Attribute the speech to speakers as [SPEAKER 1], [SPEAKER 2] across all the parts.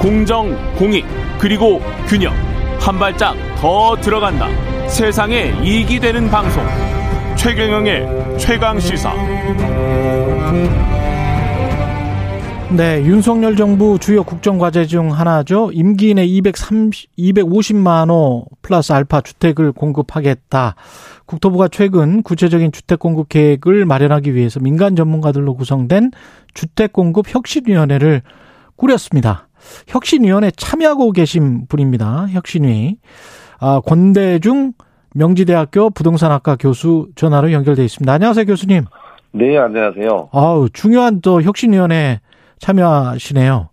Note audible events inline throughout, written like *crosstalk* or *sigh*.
[SPEAKER 1] 공정, 공익, 그리고 균형. 한 발짝 더 들어간다. 세상에 이익이 되는 방송. 최경영의 최강 시사.
[SPEAKER 2] 네, 윤석열 정부 주요 국정 과제 중 하나죠. 임기 내 230, 250만 호 플러스 알파 주택을 공급하겠다. 국토부가 최근 구체적인 주택 공급 계획을 마련하기 위해서 민간 전문가들로 구성된 주택 공급 혁신위원회를 꾸렸습니다. 혁신위원회 참여하고 계신 분입니다. 혁신위 아, 권대중 명지대학교 부동산학과 교수 전화로 연결돼 있습니다. 안녕하세요, 교수님. *laughs*
[SPEAKER 3] 네, 안녕하세요.
[SPEAKER 2] 아우 중요한 또 혁신위원회 참여하시네요.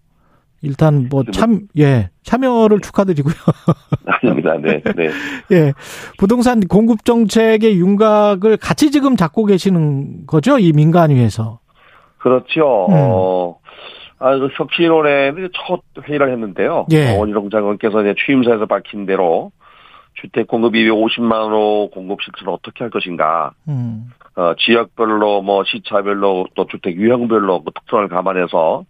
[SPEAKER 2] 일단
[SPEAKER 3] 네,
[SPEAKER 2] 뭐 참 예 참여를 축하드리고요. *laughs*
[SPEAKER 3] 아닙니다. 네, 네.
[SPEAKER 2] 예 부동산 공급 정책의 윤곽을 같이 지금 잡고 계시는 거죠 이 민간위에서.
[SPEAKER 3] 그렇죠.
[SPEAKER 2] 음.
[SPEAKER 3] 어, 아, 그 혁신원에 첫 회의를 했는데요.
[SPEAKER 2] 예.
[SPEAKER 3] 어, 원희룡 장관께서 이제 취임사에서 밝힌 대로 주택 공급 250만 호 공급 실천을 어떻게 할 것인가.
[SPEAKER 2] 음.
[SPEAKER 3] 어, 지역별로 뭐 시차별로 또 주택 유형별로 그 특성을 감안해서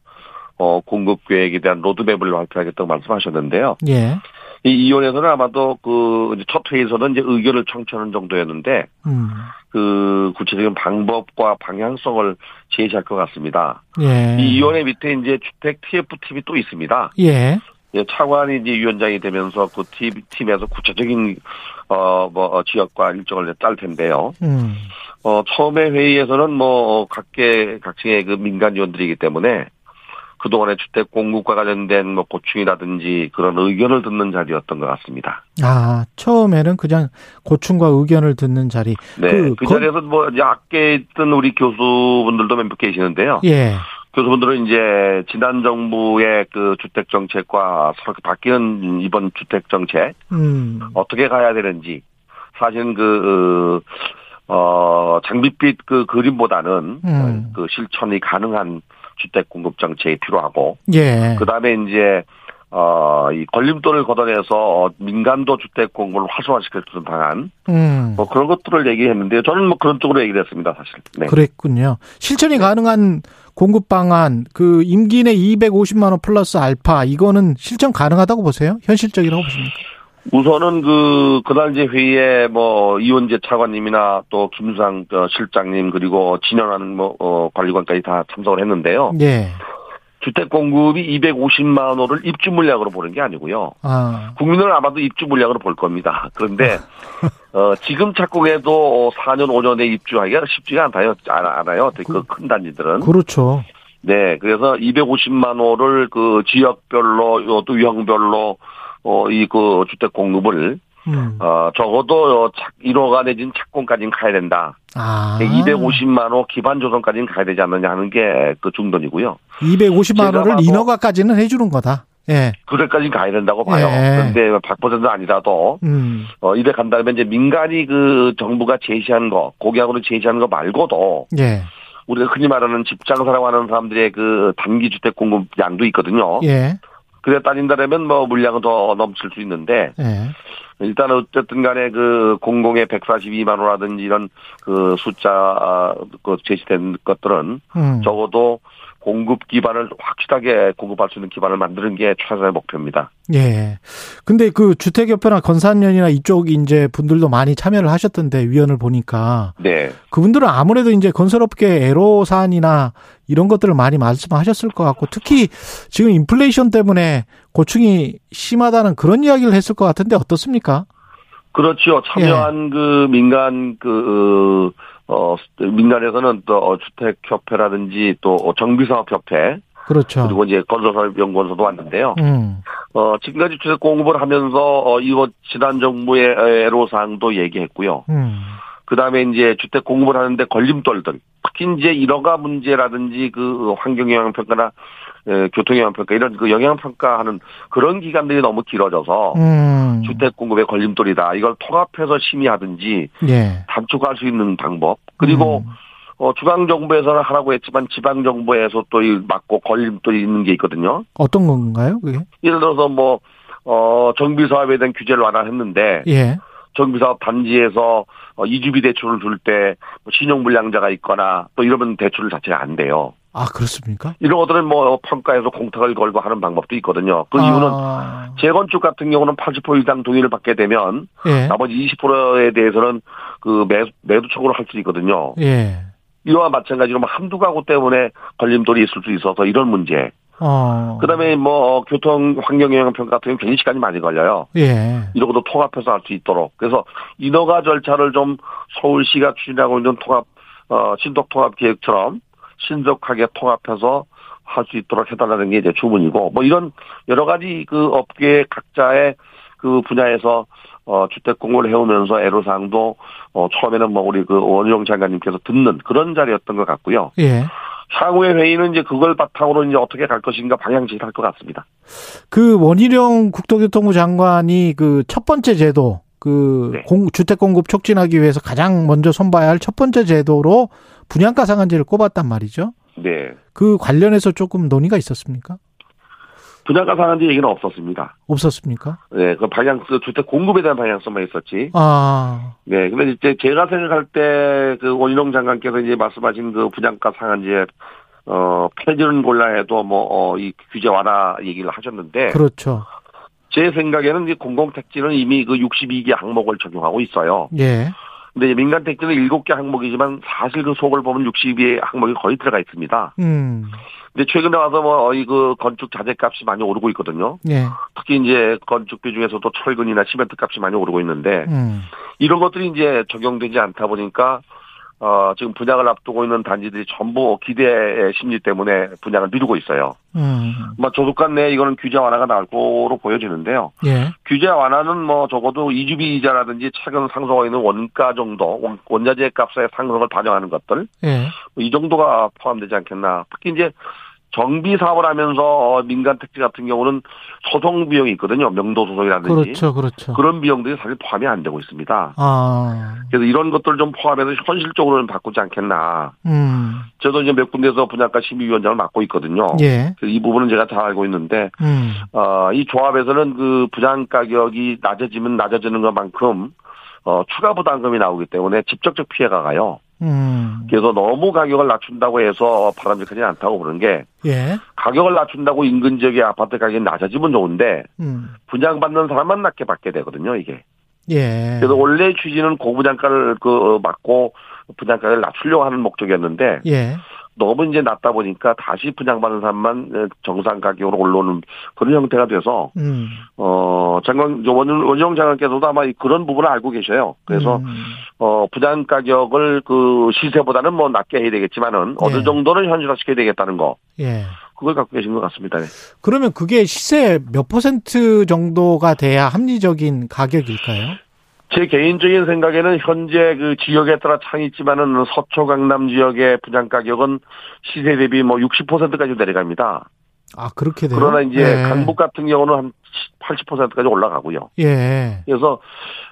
[SPEAKER 3] 어, 공급 계획에 대한 로드맵을 발표하겠다고 말씀하셨는데요.
[SPEAKER 2] 예.
[SPEAKER 3] 이, 이 위원회에서는 아마도 그, 이제 첫 회의에서는 이제 의견을 청취하는 정도였는데,
[SPEAKER 2] 음.
[SPEAKER 3] 그 구체적인 방법과 방향성을 제시할 것 같습니다.
[SPEAKER 2] 예.
[SPEAKER 3] 이 위원회 밑에 이제 주택 TF 팀이 또 있습니다.
[SPEAKER 2] 예.
[SPEAKER 3] 예, 차관이 이제 위원장이 되면서 그 팀, 팀에서 구체적인 어, 뭐 어, 지역과 일정을 이제 짤 텐데요.
[SPEAKER 2] 음.
[SPEAKER 3] 어, 처음에 회의에서는 뭐 어, 각계 각층의 그 민간 위원들이기 때문에 그동안의 주택 공급과 관련된 뭐 고충이라든지 그런 의견을 듣는 자리였던 것 같습니다.
[SPEAKER 2] 아 처음에는 그냥 고충과 의견을 듣는 자리.
[SPEAKER 3] 네,
[SPEAKER 2] 그,
[SPEAKER 3] 그,
[SPEAKER 2] 건-
[SPEAKER 3] 자리에서 뭐 이제 아께 있던 우리 교수분들도 몇몇 계시는데요.
[SPEAKER 2] 예.
[SPEAKER 3] 교수분들은 이제 지난 정부의 그 주택 정책과 서로 바뀌는 이번 주택 정책
[SPEAKER 2] 음.
[SPEAKER 3] 어떻게 가야 되는지 사실은 그 어, 장밋빛 그 그림보다는
[SPEAKER 2] 음.
[SPEAKER 3] 그 실천이 가능한 주택 공급 정책이 필요하고
[SPEAKER 2] 예.
[SPEAKER 3] 그다음에 이제 어, 이 걸림돌을 걷어내서 민간도 주택 공급을 활성화시킬 수 있는 방안
[SPEAKER 2] 음.
[SPEAKER 3] 뭐 그런 것들을 얘기했는데요. 저는 뭐 그런 쪽으로 얘기를 했습니다, 사실. 네.
[SPEAKER 2] 그랬군요. 실천이 가능한 공급 방안, 그 임기 내 250만 원 플러스 알파 이거는 실천 가능하다고 보세요? 현실적이라고 보십니까?
[SPEAKER 3] 우선은 그 그날 이제 회의에 뭐 이원재 차관님이나 또 김상 어, 실장님 그리고 진현한 뭐 어, 관리관까지 다 참석을 했는데요.
[SPEAKER 2] 예.
[SPEAKER 3] 주택 공급이 250만 호를 입주 물량으로 보는 게 아니고요.
[SPEAKER 2] 아.
[SPEAKER 3] 국민은 아마도 입주 물량으로 볼 겁니다. *laughs* 그런데 어, 지금 착공해도 4년 5년에 입주하기가 쉽지가 않아요. 아- 않아요. 그 큰 단지들은.
[SPEAKER 2] 그렇죠.
[SPEAKER 3] 네, 그래서 250만 호를 그 지역별로 요, 또 유형별로 어, 이 그 주택 공급을
[SPEAKER 2] 음.
[SPEAKER 3] 어, 적어도 어, 착, 1호가 내진 착공까지는 가야 된다.
[SPEAKER 2] 아.
[SPEAKER 3] 네, 250만 호 기반 조성까지는 가야 되지 않느냐 하는 게 그 중론이고요.
[SPEAKER 2] 250만 원을
[SPEAKER 3] 제가 뭐-
[SPEAKER 2] 인허가까지는 해주는 거다. 예.
[SPEAKER 3] 그럴까지는 가야 된다고 봐요.
[SPEAKER 2] 예.
[SPEAKER 3] 그런데 100% 아니라도
[SPEAKER 2] 음.
[SPEAKER 3] 어, 이래 간다면 이제 민간이 그 정부가 제시한 거, 고객으로 제시한 거 말고도
[SPEAKER 2] 예.
[SPEAKER 3] 우리가 흔히 말하는 집장사라고 하는 사람들의 그 단기 주택 공급 양도 있거든요.
[SPEAKER 2] 예.
[SPEAKER 3] 그래 따진다면 뭐 물량은 더 넘칠 수 있는데
[SPEAKER 2] 예.
[SPEAKER 3] 일단 어쨌든 간에 그 공공의 142만 호라든지 이런 그 숫자 아, 그 제시된 것들은
[SPEAKER 2] 음.
[SPEAKER 3] 적어도 공급 기반을 확실하게 공급할 수 있는 기반을 만드는 게 최선의 목표입니다.
[SPEAKER 2] 예. 근데 그 주택협회나 건산연이나 이쪽 이제 분들도 많이 참여를 하셨던데 위원을 보니까
[SPEAKER 3] 네.
[SPEAKER 2] 그분들은 아무래도 이제 건설업계 애로 사안이나 이런 것들을 많이 말씀하셨을 것 같고 특히 지금 인플레이션 때문에 고충이 심하다는 그런 이야기를 했을 것 같은데 어떻습니까?
[SPEAKER 3] 그렇죠.
[SPEAKER 2] 예.
[SPEAKER 3] 참여한 그 민간 그, 어, 민간에서는 또 어, 주택협회라든지 또 어, 정비사업협회
[SPEAKER 2] 그렇죠.
[SPEAKER 3] 그리고 이제 건설사업연구원서도 왔는데요.
[SPEAKER 2] 음,
[SPEAKER 3] 어, 지금까지 주택 공급을 하면서 어, 이거 지난 정부의 어, 애로사항도 얘기했고요.
[SPEAKER 2] 음,
[SPEAKER 3] 그 다음에 이제 주택 공급을 하는데 걸림돌들 특히 이제 일어가 문제라든지 그 환경영향평가나 교통영향평가 이런 그 영향평가하는 그런 기간들이 너무 길어져서
[SPEAKER 2] 음,
[SPEAKER 3] 주택 공급의 걸림돌이다. 이걸 통합해서 심의하든지
[SPEAKER 2] 예,
[SPEAKER 3] 단축할 수 있는 방법. 그리고
[SPEAKER 2] 음,
[SPEAKER 3] 어, 중앙 정부에서는 하라고 했지만 지방 정부에서 또 이 막고 걸림돌이 있는 게 있거든요.
[SPEAKER 2] 어떤 건가요? 그게?
[SPEAKER 3] 예를 들어서 뭐 어, 정비 사업에 대한 규제를 완화했는데
[SPEAKER 2] 예,
[SPEAKER 3] 정비 사업 단지에서 뭐 어, 이주비 대출을 줄 때 신용 뭐 불량자가 있거나 또 이러면 대출을 자체가 안 돼요.
[SPEAKER 2] 아, 그렇습니까?
[SPEAKER 3] 이런 것들은 뭐 평가해서 공탁을 걸고 하는 방법도 있거든요. 그 이유는
[SPEAKER 2] 아,
[SPEAKER 3] 재건축 같은 경우는 80% 이상 동의를 받게 되면
[SPEAKER 2] 예.
[SPEAKER 3] 나머지 20%에 대해서는 그 매, 매도 청구를 할 수 있거든요.
[SPEAKER 2] 예.
[SPEAKER 3] 이와 마찬가지로 뭐 한두 가구 때문에 걸림돌이 있을 수 있어서 이런 문제.
[SPEAKER 2] 어.
[SPEAKER 3] 그다음에 뭐 어, 교통 환경 영향 평가 같은 경우 굉장히 시간이 많이 걸려요.
[SPEAKER 2] 예.
[SPEAKER 3] 이러고도 통합해서 할 수 있도록. 그래서 인허가 절차를 좀 서울시가 추진하고 있는 통합 어, 신속 통합 계획처럼 신속하게 통합해서 할 수 있도록 해달라는 게 이제 주문이고 뭐 이런 여러 가지 그 업계 각자의 그 분야에서 어, 주택 공고를 해오면서 애로사항도 어, 처음에는 뭐 우리 그 원희룡 장관님께서 듣는 그런 자리였던 것 같고요.
[SPEAKER 2] 예.
[SPEAKER 3] 향후의 회의는 이제 그걸 바탕으로 이제 어떻게 갈 것인가 방향지를 할 것 같습니다.
[SPEAKER 2] 그 원희룡 국토교통부 장관이 그 첫 번째 제도 그
[SPEAKER 3] 네.
[SPEAKER 2] 공- 주택 공급 촉진하기 위해서 가장 먼저 손봐야 할 첫 번째 제도로 분양가 상한제를 꼽았단 말이죠.
[SPEAKER 3] 네.
[SPEAKER 2] 그 관련해서 조금 논의가 있었습니까?
[SPEAKER 3] 분양가 상한제 얘기는 없었습니다.
[SPEAKER 2] 없었습니까?
[SPEAKER 3] 네, 그 방향, 그 주택 공급에 대한 방향성만 있었지.
[SPEAKER 2] 아,
[SPEAKER 3] 네, 근데 이제 제가 생각할 때 그 원희룡 장관께서 이제 말씀하신 그 분양가 상한제 어 폐지는 골라해도 뭐어이 규제 완화 얘기를 하셨는데
[SPEAKER 2] 그렇죠.
[SPEAKER 3] 제 생각에는 이제 공공택지는 이미 그 62개 항목을 적용하고 있어요.
[SPEAKER 2] 예.
[SPEAKER 3] 근데 이제 민간택지는 7개 항목이지만 사실 그 속을 보면 62개 항목이 거의 들어가 있습니다.
[SPEAKER 2] 음.
[SPEAKER 3] 근데 최근에 와서 뭐이그 건축 자재값이 많이 오르고 있거든요.
[SPEAKER 2] 예.
[SPEAKER 3] 특히 이제 건축비 중에서도 철근이나 시멘트 값이 많이 오르고 있는데
[SPEAKER 2] 음.
[SPEAKER 3] 이런 것들이 이제 적용되지 않다 보니까 어 지금 분양을 앞두고 있는 단지들이 전부 기대의 심리 때문에 분양을 미루고 있어요.
[SPEAKER 2] 음.
[SPEAKER 3] 뭐 조속간 내에 이거는 규제 완화가 나올 거로 보여지는데요.
[SPEAKER 2] 예.
[SPEAKER 3] 규제 완화는 뭐 적어도 이주비 이자라든지 최근 상승하고 있는 원가 정도 원- 원자재 값의 상승을 반영하는 것들
[SPEAKER 2] 예.
[SPEAKER 3] 뭐이 정도가 포함되지 않겠나. 특히 이제 정비 사업을 하면서 어, 민간 택지 같은 경우는 소송 비용이 있거든요. 명도 소송이라든지
[SPEAKER 2] 그렇죠. 그렇죠.
[SPEAKER 3] 그런 비용들이 사실 포함이 안 되고 있습니다.
[SPEAKER 2] 아.
[SPEAKER 3] 그래서 이런 것들을 좀 포함해서 현실적으로는 바꾸지 않겠나.
[SPEAKER 2] 음.
[SPEAKER 3] 저도 이제 몇 군데서 분양가 심의위원장을 맡고 있거든요.
[SPEAKER 2] 예.
[SPEAKER 3] 그래서 이 부분은 제가 잘 알고 있는데,
[SPEAKER 2] 음.
[SPEAKER 3] 어, 이 조합에서는 그 분양 가격이 낮아지면 낮아지는 것만큼, 어, 추가 부담금이 나오기 때문에 직접적 피해가 가요.
[SPEAKER 2] 음.
[SPEAKER 3] 그래서 너무 가격을 낮춘다고 해서 바람직하지 않다고 보는 게,
[SPEAKER 2] 예.
[SPEAKER 3] 가격을 낮춘다고 인근 지역의 아파트 가격이 낮아지면 좋은데,
[SPEAKER 2] 음.
[SPEAKER 3] 분양받는 사람만 낮게 받게 되거든요, 이게.
[SPEAKER 2] 예.
[SPEAKER 3] 그래서 원래 취지는 고분양가를 그 어, 막고 분양가를 낮추려고 하는 목적이었는데
[SPEAKER 2] 예.
[SPEAKER 3] 너무 이제 낮다 보니까 다시 분양받는 사람만 어, 정상 가격으로 올라오는 그런 형태가 돼서
[SPEAKER 2] 음.
[SPEAKER 3] 어 장관 저 원- 원영 장관께서도 아마 이- 그런 부분을 알고 계셔요. 그래서
[SPEAKER 2] 음.
[SPEAKER 3] 어 분양 가격을 그 시세보다는 뭐 낮게 해야 되겠지만은
[SPEAKER 2] 예.
[SPEAKER 3] 어느 정도는 현실화시켜야 되겠다는 거
[SPEAKER 2] 예.
[SPEAKER 3] 그걸 갖고 계신 것 같습니다. 네.
[SPEAKER 2] 그러면 그게 시세 몇 퍼센트 정도가 돼야 합리적인 가격일까요?
[SPEAKER 3] 제 개인적인 생각에는 현재 그 지역에 따라 차이 있지만은 서초 강남 지역의 분양 가격은 시세 대비 뭐 60%까지 내려갑니다.
[SPEAKER 2] 아, 그렇게 돼요.
[SPEAKER 3] 그러나 이제
[SPEAKER 2] 예.
[SPEAKER 3] 강북 같은 경우는 한 80%까지 올라가고요.
[SPEAKER 2] 예.
[SPEAKER 3] 그래서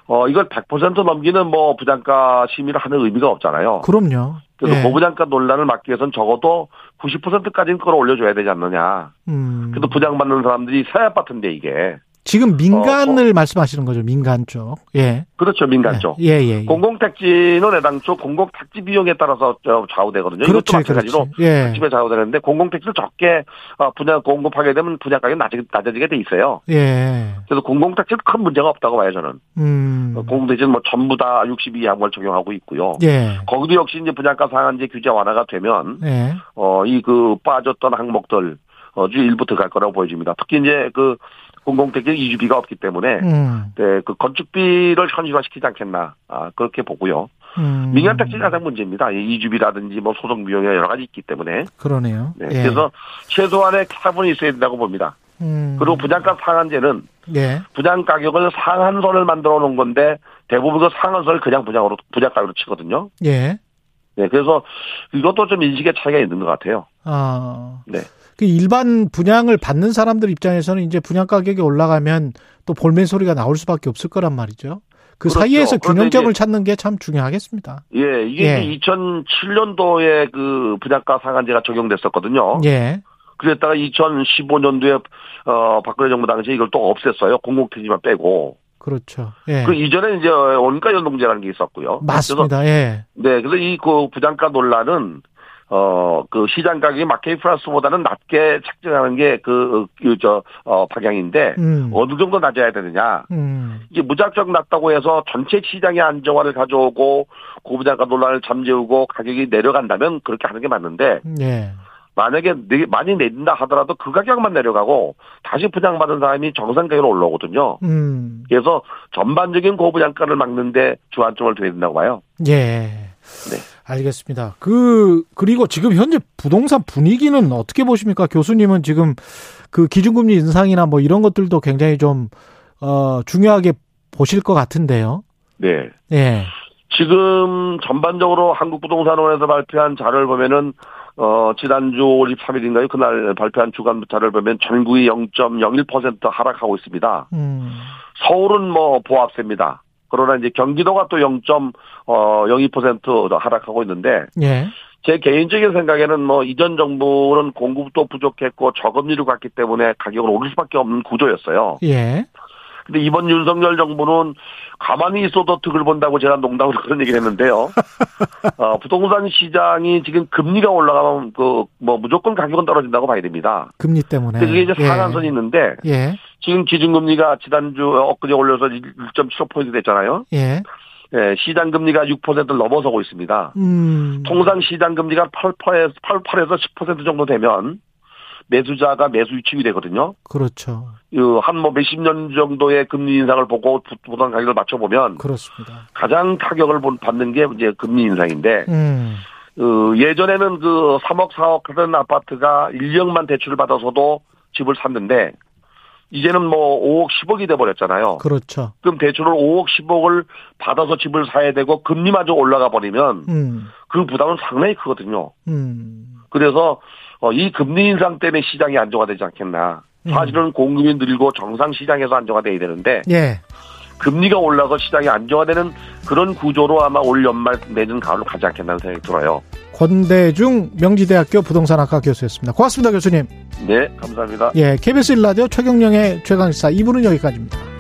[SPEAKER 3] 어 이걸 100% 넘기는 뭐 부장가 심의를 하는 의미가 없잖아요.
[SPEAKER 2] 그럼요.
[SPEAKER 3] 그래서
[SPEAKER 2] 예.
[SPEAKER 3] 고부장가 논란을 막기 위해선 적어도 90%까지는 끌어올려줘야 되지 않느냐.
[SPEAKER 2] 음.
[SPEAKER 3] 그래도 분양받는 사람들이 새 아파트인데 이게
[SPEAKER 2] 지금 민간을 말씀하시는 거죠. 민간 쪽. 예.
[SPEAKER 3] 그렇죠 어, 민간 쪽.
[SPEAKER 2] 예, 예. 예.
[SPEAKER 3] 공공택지는 애당초 공공택지 비용에 따라서 저 좌우되거든요.
[SPEAKER 2] 그렇죠.
[SPEAKER 3] 이것도 마찬가지로
[SPEAKER 2] 그렇죠. 예.
[SPEAKER 3] 집에 좌우되는데 공공택지를 적게 어, 분양 공급하게 되면 분양 가격이 낮아, 낮아지게 돼 있어요.
[SPEAKER 2] 예.
[SPEAKER 3] 그래서 공공택지는 큰 문제가 없다고 봐요 저는.
[SPEAKER 2] 음.
[SPEAKER 3] 공공택지는 뭐 전부 다 62항목을 적용하고 있고요.
[SPEAKER 2] 예.
[SPEAKER 3] 거기도 역시 이제 분양가 상한제 규제 완화가 되면
[SPEAKER 2] 예.
[SPEAKER 3] 어 이 그 빠졌던 항목들 어주 일부 들어갈 거라고 보여집니다. 특히 이제 그 공공택지 이주비가 없기 때문에
[SPEAKER 2] 음.
[SPEAKER 3] 네, 그 건축비를 현실화시키지 않겠나 아, 그렇게 보고요.
[SPEAKER 2] 음.
[SPEAKER 3] 민간 택지 가장 문제입니다. 이 이주비라든지 뭐 소송 비용이 여러 가지 있기 때문에
[SPEAKER 2] 그러네요.
[SPEAKER 3] 네,
[SPEAKER 2] 예.
[SPEAKER 3] 그래서 최소한의 차분이 있어야 된다고 봅니다.
[SPEAKER 2] 음.
[SPEAKER 3] 그리고 분양가 상한제는
[SPEAKER 2] 예.
[SPEAKER 3] 분양 가격을 상한선을 만들어 놓은 건데 대부분 그 상한선을 그냥 분양으로 분양 가격으로 치거든요.
[SPEAKER 2] 예.
[SPEAKER 3] 네, 그래서 이것도 좀 인식의 차이가 있는 것 같아요.
[SPEAKER 2] 아.
[SPEAKER 3] 네.
[SPEAKER 2] 그 일반 분양을 받는 사람들 입장에서는 이제 분양 가격이 올라가면 또 볼멘 소리가 나올 수밖에 없을 거란 말이죠. 그
[SPEAKER 3] 그렇죠.
[SPEAKER 2] 사이에서
[SPEAKER 3] 그런데
[SPEAKER 2] 균형점을 찾는 게 참 중요하겠습니다.
[SPEAKER 3] 예, 이게
[SPEAKER 2] 예.
[SPEAKER 3] 이제 2007년도에 그 분양가 상한제가 적용됐었거든요.
[SPEAKER 2] 예.
[SPEAKER 3] 그랬다가 2015년도에 어 박근혜 정부 당시에 이걸 또 없앴어요. 공공택지만 빼고.
[SPEAKER 2] 그렇죠. 예.
[SPEAKER 3] 그 이전에 어, 이제 원가 연동제라는 게 있었고요. 그래서
[SPEAKER 2] 맞습니다. 예.
[SPEAKER 3] 네, 그래서 이 그 부장가 논란은 어, 그 시장 가격이 마켓 플러스보다는 낮게 책정하는 게 그, 그, 저, 어, 방향인데,
[SPEAKER 2] 음.
[SPEAKER 3] 어느 정도 낮아야 되느냐.
[SPEAKER 2] 음.
[SPEAKER 3] 이게 무작정 낮다고 해서 전체 시장의 안정화를 가져오고 그 고부장가 논란을 잠재우고 가격이 내려간다면 그렇게 하는 게 맞는데
[SPEAKER 2] 예.
[SPEAKER 3] 만약에 내- 많이 내린다 하더라도 그 가격만 내려가고 다시 분양받은 사람이 정상 가격으로 올라오거든요.
[SPEAKER 2] 음.
[SPEAKER 3] 그래서 전반적인 고부장가를 막는데 주안점을 둬야 된다고 봐요.
[SPEAKER 2] 예.
[SPEAKER 3] 네.
[SPEAKER 2] 알겠습니다. 그 그리고 지금 현재 부동산 분위기는 어떻게 보십니까? 교수님은 지금 그 기준금리 인상이나 뭐 이런 것들도 굉장히 좀 어 중요하게 보실 것 같은데요.
[SPEAKER 3] 네.
[SPEAKER 2] 예.
[SPEAKER 3] 지금 전반적으로 한국부동산원에서 발표한 자료를 보면은 어 지난주 23일인가요? 그날 발표한 주간 자료를 보면 전국이 0.01% 하락하고 있습니다.
[SPEAKER 2] 음.
[SPEAKER 3] 서울은 뭐 보합세입니다. 그러나 이제 경기도가 또 0.02% 하락하고 있는데
[SPEAKER 2] 예.
[SPEAKER 3] 제 개인적인 생각에는 뭐 이전 정부는 공급도 부족했고 저금리로 갔기 때문에 가격은 오를 수밖에 없는 구조였어요.
[SPEAKER 2] 예.
[SPEAKER 3] 근데 이번 윤석열 정부는 가만히 있어도 득을 본다고 제가 농담으로 *laughs* 그런 얘기를 했는데요. 어, 부동산 시장이 지금 금리가 올라가면 그 뭐 무조건 가격은 떨어진다고 봐야 됩니다.
[SPEAKER 2] 금리 때문에.
[SPEAKER 3] 근데 그게 이제
[SPEAKER 2] 예.
[SPEAKER 3] 상한선이 있는데
[SPEAKER 2] 예.
[SPEAKER 3] 지금 기준금리가 지난주 엊그제 올려서 1.75% 됐잖아요.
[SPEAKER 2] 예.
[SPEAKER 3] 예, 시장 금리가 6%를 넘어서고 있습니다.
[SPEAKER 2] 음.
[SPEAKER 3] 통상 시장 금리가 8%에서 8에서 10% 정도 되면 매수자가 매수 유치이 되거든요.
[SPEAKER 2] 그렇죠.
[SPEAKER 3] 한뭐 몇십 년 정도의 금리 인상을 보고 부- 부동산 가격을 맞춰 보면
[SPEAKER 2] 그렇습니다.
[SPEAKER 3] 가장 타격을 본- 받는 게 이제 금리 인상인데
[SPEAKER 2] 음.
[SPEAKER 3] 어, 예전에는 그 3억 4억 하던 아파트가 1억만 대출을 받아서도 집을 샀는데 이제는 뭐 5억 10억이 돼 버렸잖아요.
[SPEAKER 2] 그렇죠.
[SPEAKER 3] 그럼 대출을 5억 10억을 받아서 집을 사야 되고 금리마저 올라가 버리면
[SPEAKER 2] 음.
[SPEAKER 3] 그 부담은 상당히 크거든요.
[SPEAKER 2] 음.
[SPEAKER 3] 그래서 어, 이 금리 인상 때문에 시장이 안정화되지 않겠나.
[SPEAKER 2] 음.
[SPEAKER 3] 사실은 공급이 늘고 정상 시장에서 안정화돼야 되는데
[SPEAKER 2] 예.
[SPEAKER 3] 금리가 올라서 시장이 안정화되는 그런 구조로 아마 올 연말 내년 가을로 가지 않겠다는 생각이 들어요.
[SPEAKER 2] 권대중 명지대학교 부동산학과 교수였습니다. 고맙습니다, 교수님.
[SPEAKER 3] 네, 감사합니다.
[SPEAKER 2] 예, KBS 1라디오 최경령의 최강시사 2부는 여기까지입니다.